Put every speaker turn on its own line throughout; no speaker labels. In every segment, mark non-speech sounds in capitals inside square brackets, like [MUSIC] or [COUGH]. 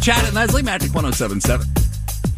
Chad and Leslie, Magic 1077.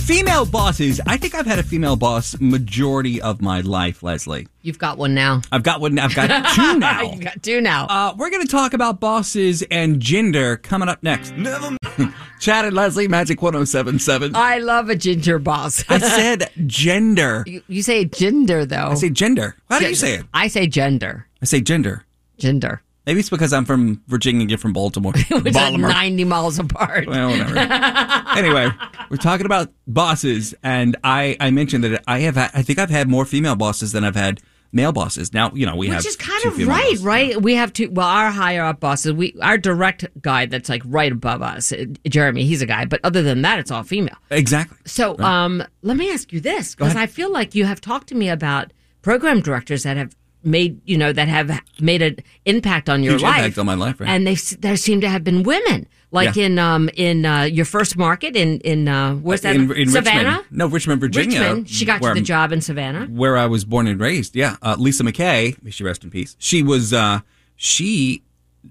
Female bosses. I think I've had a female boss majority of my life, Leslie.
You've got one now.
I've got one. I've got two now.
You got two now.
Uh, we're going to talk about bosses and gender coming up next. [LAUGHS] Chad and Leslie, Magic 1077.
I love a ginger boss.
I said gender.
[LAUGHS] you, you say gender though.
I say gender. How do you say it?
I say gender.
I say gender.
Gender.
Maybe it's because I'm from Virginia, you're from Baltimore.
Which are
Baltimore.
90 miles apart.
Well, whatever. anyway, we're talking about bosses, and I, I mentioned that I have had, I think I've had more female bosses than I've had male bosses. Now you know we have
Which is kind
two
of
female
right,
bosses.
right? We have two. Well, our higher up bosses, we our direct guy that's like right above us, uh, Jeremy. He's a guy, but other than that, it's all female.
Exactly.
So, um, let me ask you this because I feel like you have talked to me about program directors that have made you know that have made an impact on your
Huge
life,
impact on my life, right.
and they s- there seem to have been women, like
Yeah.
in um in uh, your first market in in uh, where's that
in, in
Savannah.
Richmond, no Richmond, Virginia.
Richmond. She got
where
you the
I'm- Mm-hmm.
job in Savannah.
where I was born and raised. Yeah, uh, Lisa McKay, may she rest in peace. She was uh, she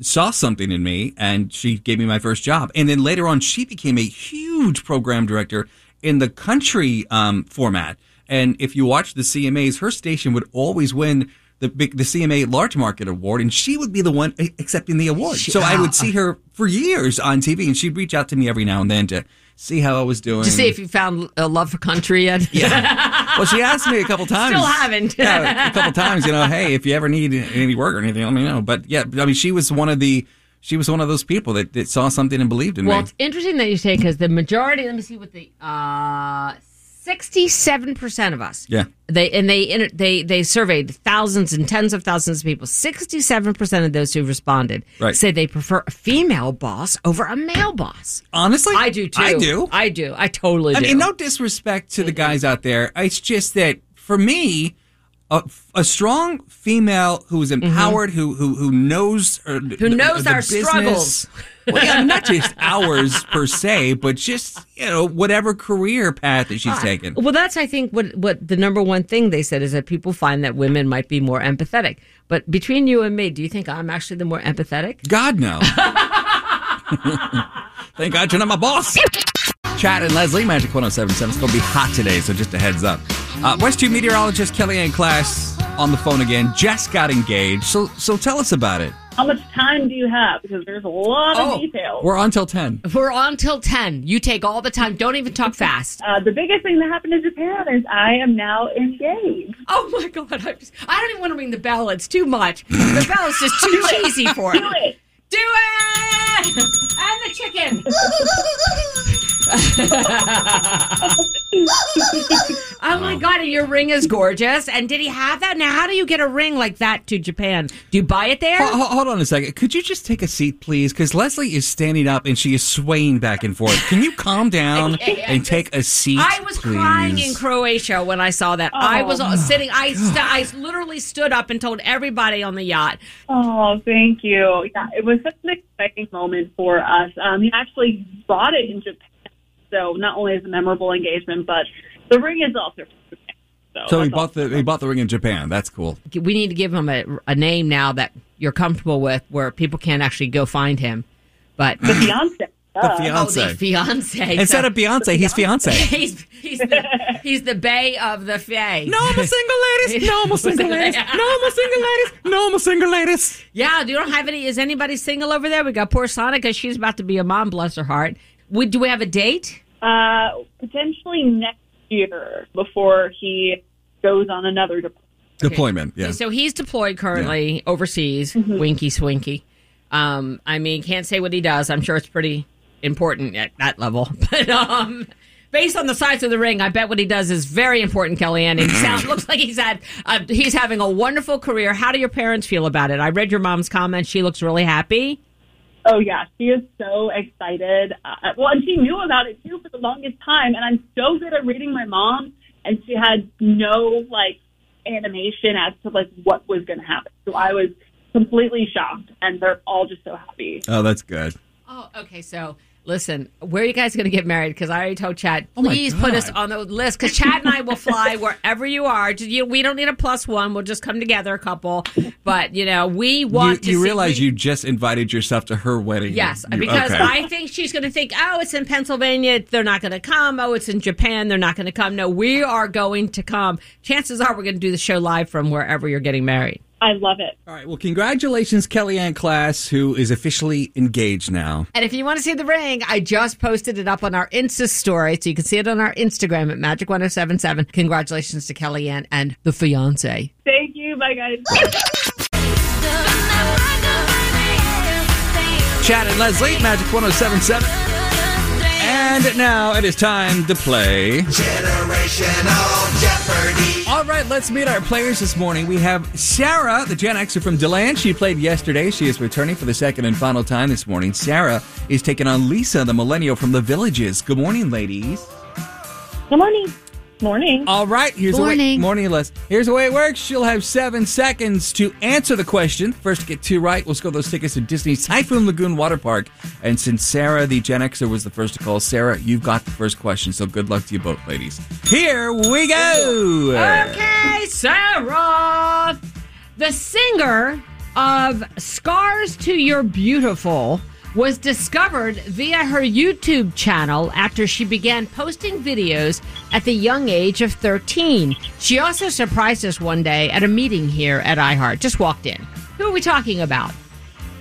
saw something in me, and she gave me my first job. And then later on, she became a huge program director in the country um, format. And if you watch the CMAs, her station would always win. The, big, the CMA Large Market Award, and she would be the one a- accepting the award. so I
Ah.
would see her for years on TV, and she'd reach out to me every now and then to see how I was doing.
To see if you found a love for
[LAUGHS]
country yet.
Well, she asked me a couple times.
[LAUGHS] Still haven't.
yeah, a couple times. You know, hey, if you ever need any work or anything, let me know. But yeah, I mean, she was one of the she was one of those people that, that saw something and believed in
Well,
me.
it's interesting that you say because the majority. Let me see what the uh, sixty-seven percent of us.
Yeah.
They and they inter- they they surveyed thousands and tens of thousands of people. Sixty-seven percent of those who responded
Right.
said they prefer a female boss over a male boss.
Honestly,
I do too.
I do.
I do. I totally
I
do.
mean, no disrespect to the guys out there. It's just that for me, a, a strong female who is empowered, who who who knows uh, her, who
Mm-hmm. knows our struggles.
Well, yeah, not just ours per se, but just you know whatever career path that
Ah,
she's taken.
Well, that's I think what what the number one thing they said is that people find that women might be more empathetic. But between you and me, do you think I'm actually the more empathetic?
God, [LAUGHS] no. Thank God you're not my boss. Chad and Leslie, Magic 1077. It's going to be hot today, so just a heads up. Uh, West 2 meteorologist Kellyanne Class on the phone again. Just got engaged. So so tell us about it.
How much time do you have? Because there's a lot of details.
Oh, We're on till 10.
We're on till ten. You take all the time. Don't even talk fast.
Uh, the biggest thing that happened in Japan is I am now engaged.
[LAUGHS] Oh my god! I'm just, I don't even want to ring the bell. It's too much. The bell is just [LAUGHS] too cheesy for it.
Do it.
Do it! And the chicken. oh my god! And your ring is gorgeous. And did he have that? Now, how do you get a ring like that to Japan? Do you buy it there?
Ho- ho- Hold on a second. Could you just take a seat, please? Because Leslie is standing up and she is swaying back and forth. Can you calm
[LAUGHS]
down and take a seat?
I was
please? Oh.
crying in Croatia when I saw that. I was all sitting. I st- I literally stood up and told everybody on the yacht.
Oh, thank you. Yeah, it was such an exciting moment for us. Um, he actually bought it in Japan, so not only is it a memorable engagement, but the ring is also from Japan. So,
So he
that's
bought the he bought the ring in Japan. That's
[LAUGHS]
cool.
we need to give him a, a name now that you're comfortable with where people can't actually go find him. But
all. Beyonce.
The
Duh.
oh, the
fiance.
fiance.
Instead
So
of Beyonce, he's fiance.
[LAUGHS] he's he's the, he's the bay of the fay.
No, I'm a single ladies. No,
[LAUGHS]
I'm a single ladies. No, I'm a single ladies. No, I'm a single ladies.
Yeah, you don't have any is anybody single over there? We got poor Sonica, she's about to be a mom, bless her heart. We, do we have a date?
Uh, potentially next year before he goes on another deployment.
Deployment. Yeah.
So he's deployed currently overseas, winky swinky. Um, I mean, can't say what he does. I'm sure it's pretty important at that level. [LAUGHS] But um, based on the size of the ring, I bet what he does is very important, Kellyanne. It sounds, looks like he's had uh, he's having a wonderful career. How do your parents feel about it? I read your mom's comment. She looks really happy.
Oh yeah, she is so excited. Uh, well, and she knew about it too for the longest time. And I'm so good at reading my mom, and she had no like animation as to like what was going to happen. So I was completely shocked, and they're all just so happy.
oh, that's good.
Oh, okay. So Listen, where are you guys going to get married? Because I already told Chad,
Oh my
please put us
God.
on the list. Because Chad and I
[LAUGHS]
will fly wherever you are. Just- you- We don't need a plus one. We'll just come together a couple. But you know, we
You,
want to.
you
see-
realize
we-
you just invited yourself to her wedding.
Yes,
You-
because
okay.
I think she's going to think, oh, it's in Pennsylvania. They're not going to come. Oh, it's in Japan. They're not going to come. No, we are going to come. Chances are we're going to do the show live from wherever you're getting married.
I love it.
All right. Well, congratulations, Kellyanne Class, who is officially engaged now.
And if you want to see the ring, I just posted it up on our Insta story. So you can see it on our Instagram at Magic1077. Congratulations to Kellyanne and the fiance.
Thank you. Bye, guys.
Chad and Leslie, Magic 1077. And now it is time to play.
Generational Jeopardy.
All right, let's meet our players this morning. We have Sarah, the Gen Xer from Deland. She played yesterday. She is returning for the second and final time this morning. Sarah is taking on Lisa, the millennial from the Villages. Good morning, ladies.
Good morning. Morning.
All right, here's the way.
Morning.
Morning, Les. Here's the way it works. She'll have seven seconds to answer the question. First to get two right, we'll score those tickets to Disney's Typhoon Lagoon Water Park. And since Sarah, the Gen Xer, was the first to call, Sarah, you've got the first question. So good luck to you both, ladies. Here we go.
Okay, Sarah. The singer of Scars to Your Beautiful was discovered via her YouTube channel after she began posting videos at the young age of 13. She also surprised us one day at a meeting here at iHeart. Just walked in. Who are we talking about?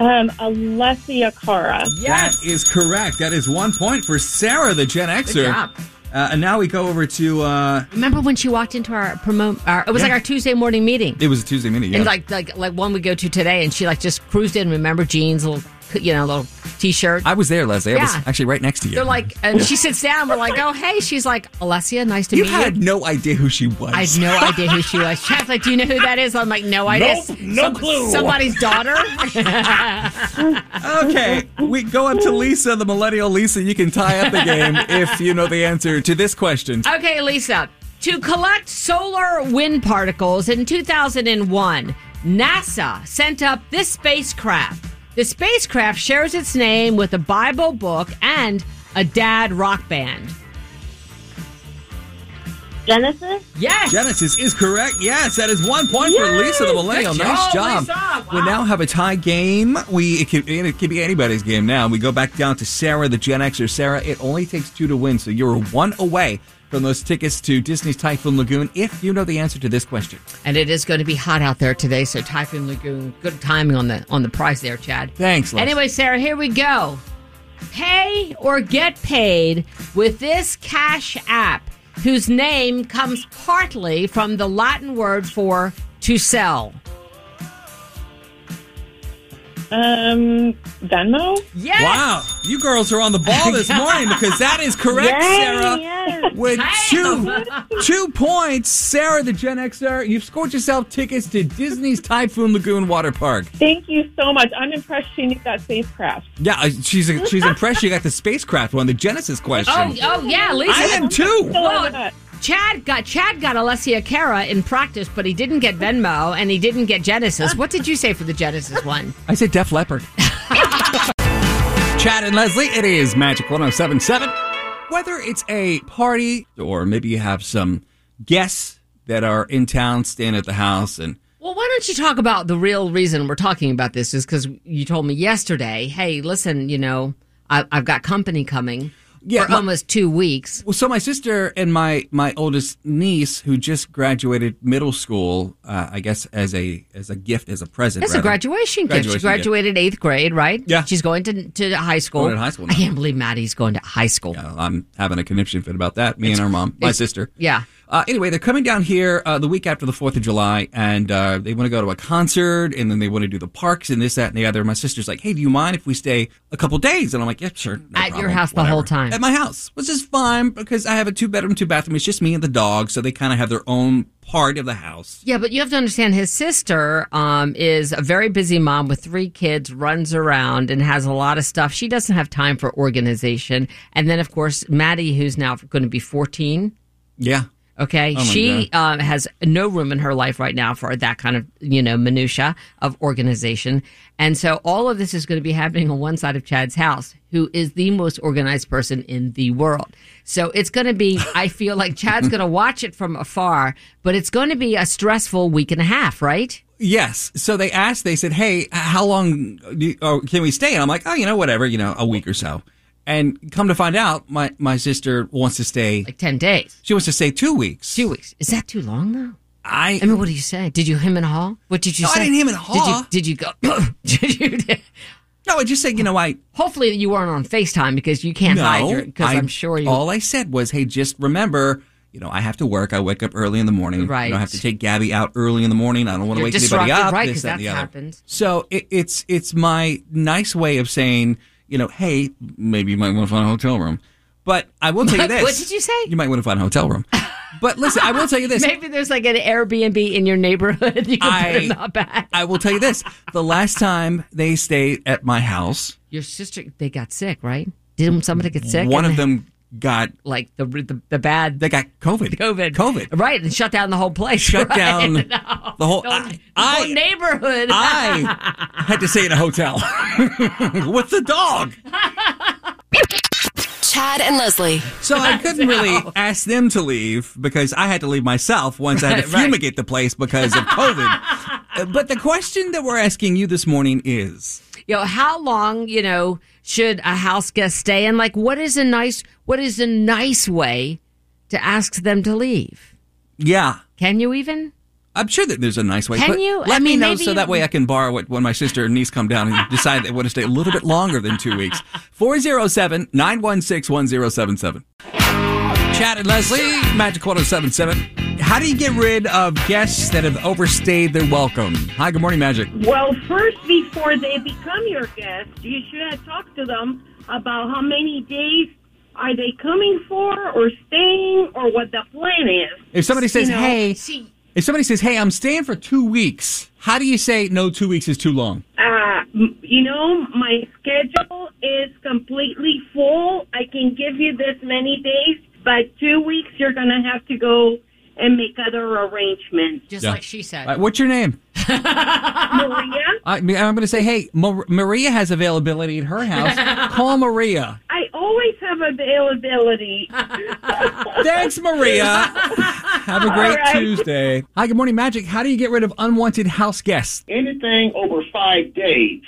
Um, Alessia Cara.
That is correct. That is one point for Sarah, the Gen Xer.
job.
Uh, and now we go over to uh,
Remember when she walked into our promote? Our, it was
Yeah.
like our Tuesday morning meeting.
it was a Tuesday mini. Yeah.
And like like like one we go to today, and she like just cruised in. Remember jeans, little you know, little t-shirt.
I was there, Leslie. I was
Yeah.
actually right next to you.
They're like, and she sits down. We're like, oh hey, she's like, Alessia, nice to
you
meet
had
you.
no idea who she was.
I had no idea who she was. Chad's like, do you know who that is? I'm like, no idea.
Nope, no clue.
Somebody's daughter.
[LAUGHS] Okay, we go up to Lisa, the millennial Lisa. You can tie up the
[LAUGHS]
game if you know the answer to this question.
okay, Lisa. To collect solar wind particles in 2001, NASA sent up this spacecraft. The spacecraft shares its name with a Bible book and a dad rock band.
Genesis?
Yes.
Genesis is correct. Yes, that is one point for
Yay!
Lisa, the millennial.
Good
nice job.
job, Lisa.
We
Wow.
now have a tie game. We it could, it could be anybody's game now. We go back down to Sarah, the Gen Xer. Sarah, it only takes two to win, so you're one away from those tickets to Disney's Typhoon Lagoon if you know the answer to this question.
And it is going to be hot out there today, so Typhoon Lagoon, good timing on the on the prize there, Chad.
Thanks, Les.
Anyway, Sarah, here we go. Pay or get paid with this cash app whose name comes partly from the Latin word for to sell.
Um, Venmo?
Yes.
Wow, you girls are on the ball
[LAUGHS]
this morning because that is correct, Sarah. With two two points, Sarah the Gen Xer, you've scored yourself tickets to Disney's Typhoon Lagoon Water Park.
Thank you so much. I'm impressed she knew that spacecraft.
Yeah, uh, she's she's impressed you got the spacecraft one, the Genesis question.
Oh, oh yeah, Lisa.
I am too.
So
Well,
that-
Chad got Chad got Alessia Cara in practice, but he didn't get Venmo and he didn't get Genesis. What did you say for the Genesis one?
I said Def Leppard. Chad and Leslie, it is Magic 1077. Whether it's a party or maybe you have some guests that are in town staying at the house and
Well, why don't you talk about the real reason we're talking about this? Is because you told me yesterday, hey, listen, you know, I, I've got company coming
Yeah,
for
my-
almost two weeks.
Well, so my sister and my my oldest niece, who just graduated middle school, uh, I guess as a as a gift, as a present.
That's a
rather.
graduation gift.
Graduation
she graduated eighth grade, right?
Yeah.
She's going to, to high school.
Going to high school now.
I can't believe Maddie's going to high school.
Uh, I'm having a conniption fit about that. Me and our mom, my
it's-
sister.
yeah.
Uh, anyway, they're coming down here uh, the week after the Fourth of July, and uh, they want to go to a concert, and then they want to do the parks and this, that, and the other. My sister's like, "Hey, do you mind if we stay a couple days?" And I'm like, "Yeah, sure." no
At your
problem,
house the whole time.
At my house, which is fine because I have a two bedroom, two bathroom. It's just me and the dog, so they kind of have their own part of the house.
Yeah, but you have to understand his sister um, is a very busy mom with three kids, runs around and has a lot of stuff. She doesn't have time for organization. And then, of course, Maddie, who's now going to be 14.
Yeah.
Okay,
my
she um, has no room in her life right now for that kind of you know minutia of organization, and so all of this is going to be happening on one side of Chad's house, who is the most organized person in the world. So it's going to be, I feel like Chad's going to watch it from afar, but it's going to be a stressful week and a half, right?
Yes. So they asked, they said, Hey, how long do, or can we stay? And I'm like, Oh, you know, whatever, you know, a week or so. And come to find out, my, my sister wants to stay,
Like 10 days,
she wants to stay two weeks.
two weeks. Is that too long though?
I,
I mean, what do you say? Did you him and haw? What did you
No, I
say?
didn't hem and haw.
Did you, did you go? [COUGHS] did you? [LAUGHS]
no, I just said, you know, I,
Hopefully you weren't on FaceTime because you can't hide your, because
I-
I'm sure you
All I said was, "Hey, just remember, you know, I have to work. I wake up early in the morning. You know, I
Right.
have to take Gabby out early in the morning. I don't want to
You're
wake anybody
disrupted,
up.
right,
This,
'cause
that, and
that
the other.
happens.
So it, it's it's my nice way of saying, you know, hey, maybe you might want to find a hotel room. But I will tell you
[LAUGHS] What
this.
did you say?
You might want to find a hotel room. But listen, I will tell you this.
[LAUGHS] Maybe there's like an Airbnb in your neighborhood. [LAUGHS] You can
I-
put him out back.
I will tell you this. The last time they stayed at my house,
Your sister, they got sick, right? Did somebody get sick?
one
And
of them got
like the the, the bad
they got COVID.
COVID,
COVID.
right? And shut down the whole place.
shut
right?
down
[LAUGHS] No.
the whole.
The whole
I, I-
neighborhood.
I had to stay in a hotel [LAUGHS] with the dog,
Chad and Leslie.
so I couldn't really ask them to leave because I had to leave myself once I had to
[LAUGHS] Right.
fumigate the place because of COVID. Uh,
[LAUGHS]
but the question that we're asking you this morning is:
you know, how long, you know, should a house guest stay? And like, what is a nice, what is a nice way to ask them to leave?
Yeah,
Can you even?
I'm sure that there's a nice way.
Can
but
you?
Let
I mean,
me know
maybe
so
you-
that way I can borrow it when my sister and niece come down
[LAUGHS]
and decide they want to stay a little bit longer than two weeks. 407 916 1077. Chad and Leslie, Magic 1077. How do you get rid of guests that have overstayed their welcome? Hi, good morning, Magic.
Well, first, before they become your guest, you should talk to them about how many days are they coming for, or staying, or what the plan is.
If somebody says,
You know,
hey,
See,
if somebody says, hey, I'm staying for two weeks, how do you say, no, two weeks is too long?
Uh, m- you know, my schedule is completely full. I can give you this many days, but two weeks you're going to have to go and make other arrangements.
[LAUGHS] just
Yeah.
like she said.
Uh, what's your name?
Maria,
I, I'm going to say, hey, Mar- Maria has availability at her
[LAUGHS]
house. Call Maria.
I always have availability.
Thanks, Maria. Have a great
right.
Tuesday. Hi, good morning, Magic. How do you get rid of unwanted house guests?
anything over five days,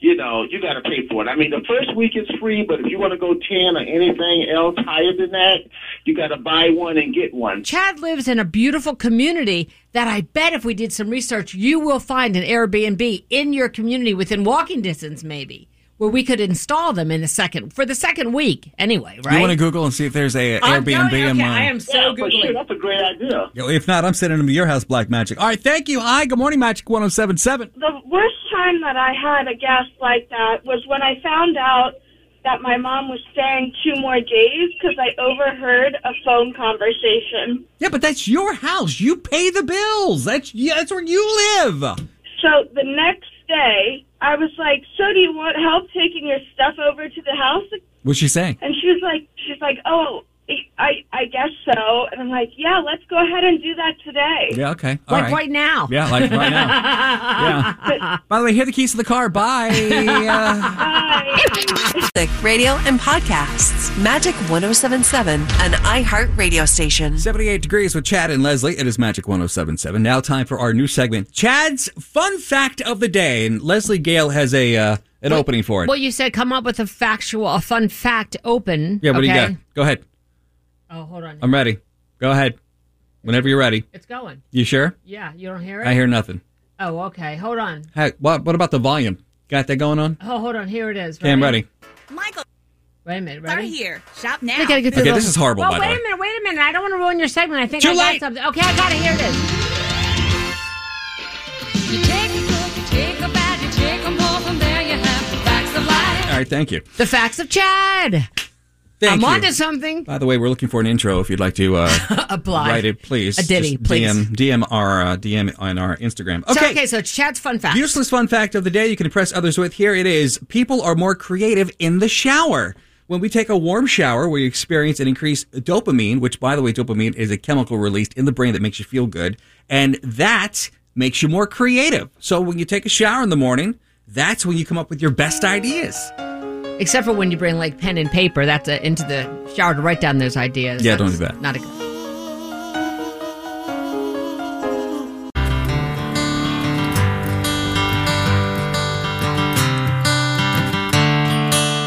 you know, you got to pay for it. I mean, the first week is free, but if you want to go 10 or anything else higher than that, you got to buy one and get one.
Chad lives in a beautiful community that I bet if we did some research, you will find an Airbnb in your community within walking distance, maybe, where we could install them in the second, for the second week anyway, right?
You want to Google and see if there's a
I'm
Airbnb
going-
in
okay,
mind.
I am so
yeah,
Googling.
but sure, that's a great idea.
Yo, if not, I'm sending them to your house, Black Magic. All right, thank you. Hi, good morning, Magic 1077.
the worst time that I had a guest like that was when I found out that my mom was staying two more days because I overheard a phone conversation.
Yeah, but that's your house. You pay the bills. That's yeah, that's where you live.
So the next day, I was like, "So do you want help taking your stuff over to the house?"
What's she saying?
And she was like, "She's like, oh, I I guess so." And I'm like, "Yeah, let's go ahead and do that today."
Yeah, okay. All
like
right.
right now.
Yeah, like right
[LAUGHS]
now. yeah. By the way, here are the keys to the car. Bye.
[LAUGHS]
Uh,
Music, radio, and podcasts. Magic 1077, an iHeart radio station.
78 degrees with Chad and Leslie. It is Magic 1077. Now, time for our new segment Chad's Fun Fact of the Day. And Leslie Gale has a uh, an opening for it.
Well, you said come up with a factual, a fun fact open.
yeah, what do you
okay?
got? Um, Go ahead.
Oh, hold on.
I'm ready. Go ahead. Whenever you're ready.
it's going.
You sure?
Yeah, you don't hear it?
I hear nothing.
oh, okay. Hold on.
Hey, what, what about the volume? Got that going on?
Oh, hold on. Here it is.
Okay, I'm ready.
Michael,
Wait a minute.
are
Ready?
here. Shop now.
I gotta get through
Okay,
the-
this is horrible,
Well,
by the
wait
way.
a minute. Wait a minute. I don't want to ruin your segment. I think
Too
I
late.
got something. Okay, I got it. Here it is.
You take a good, you take a bad, you take a more from there, you have the facts of life.
All right, thank you.
The facts of Chad.
Thank
I'm
you.
onto something.
By the way, we're looking for an intro if you'd like to
[LAUGHS]
uh,
Apply.
write it, please.
A ditty,
Just
please.
DM, DM, our, uh, DM on our Instagram.
So, okay, so Chad's fun fact.
Useless fun fact of the day you can impress others with. Here it is. People are more creative in the shower. When we take a warm shower, we experience an increased dopamine, which, by the way, dopamine is a chemical released in the brain that makes you feel good. And that makes you more creative. So when you take a shower in the morning, that's when you come up with your best ideas.
Except for when you bring like pen and paper, that's uh into the shower to write down those ideas.
Yeah, don't
That's
do that.
Not a good.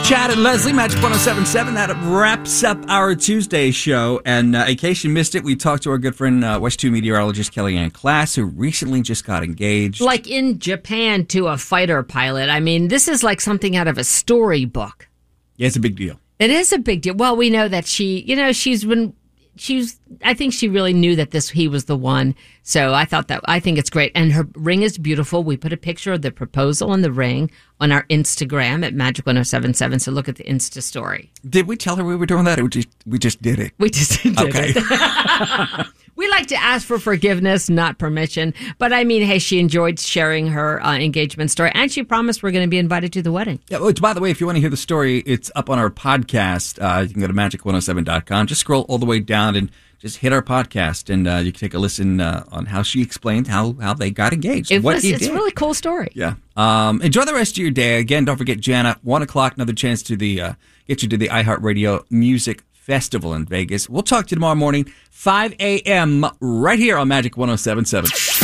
Chad and Leslie, Magic 1077. That wraps up our Tuesday show. And uh, in case you missed it, we talked to our good friend, uh, West 2 meteorologist Kellyanne Class, who recently just got engaged.
Like in Japan to a fighter pilot. I mean, this is like something out of a storybook.
Yeah, it's a big deal.
It is a big deal. Well, we know that she, you know, she's been, she's, I think she really knew that this, he was the one. So I thought that, I think it's great. And her ring is beautiful. We put a picture of the proposal and the ring on our Instagram at Magic 1077. So look at the Insta story.
Did we tell her we were doing that? Or we just, we just did it.
We just [LAUGHS] did
Okay.
it. We like to ask for forgiveness, not permission. But I mean, hey, she enjoyed sharing her uh, engagement story and she promised we're going to be invited to the wedding.
Yeah, which, by the way, if you want to hear the story, it's up on our podcast. Uh, you can go to magic107.com. Just scroll all the way down and just hit our podcast, and uh, you can take a listen uh, on how she explained how, how they got engaged.
It
what
was,
he
it's
did.
a really cool story.
Yeah. Um, enjoy the rest of your day. Again, don't forget Jana. One o'clock. Another chance to the uh, get you to the iHeartRadio Music Festival in Vegas. We'll talk to you tomorrow morning, five a.m. right here on Magic 107.7.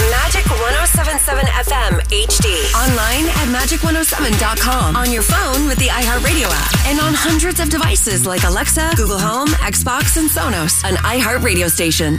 Magic 1077 FM HD. Online at magic107.com. On your phone with the iHeartRadio app. And on hundreds of devices like Alexa, Google Home, Xbox, and Sonos. An iHeartRadio station.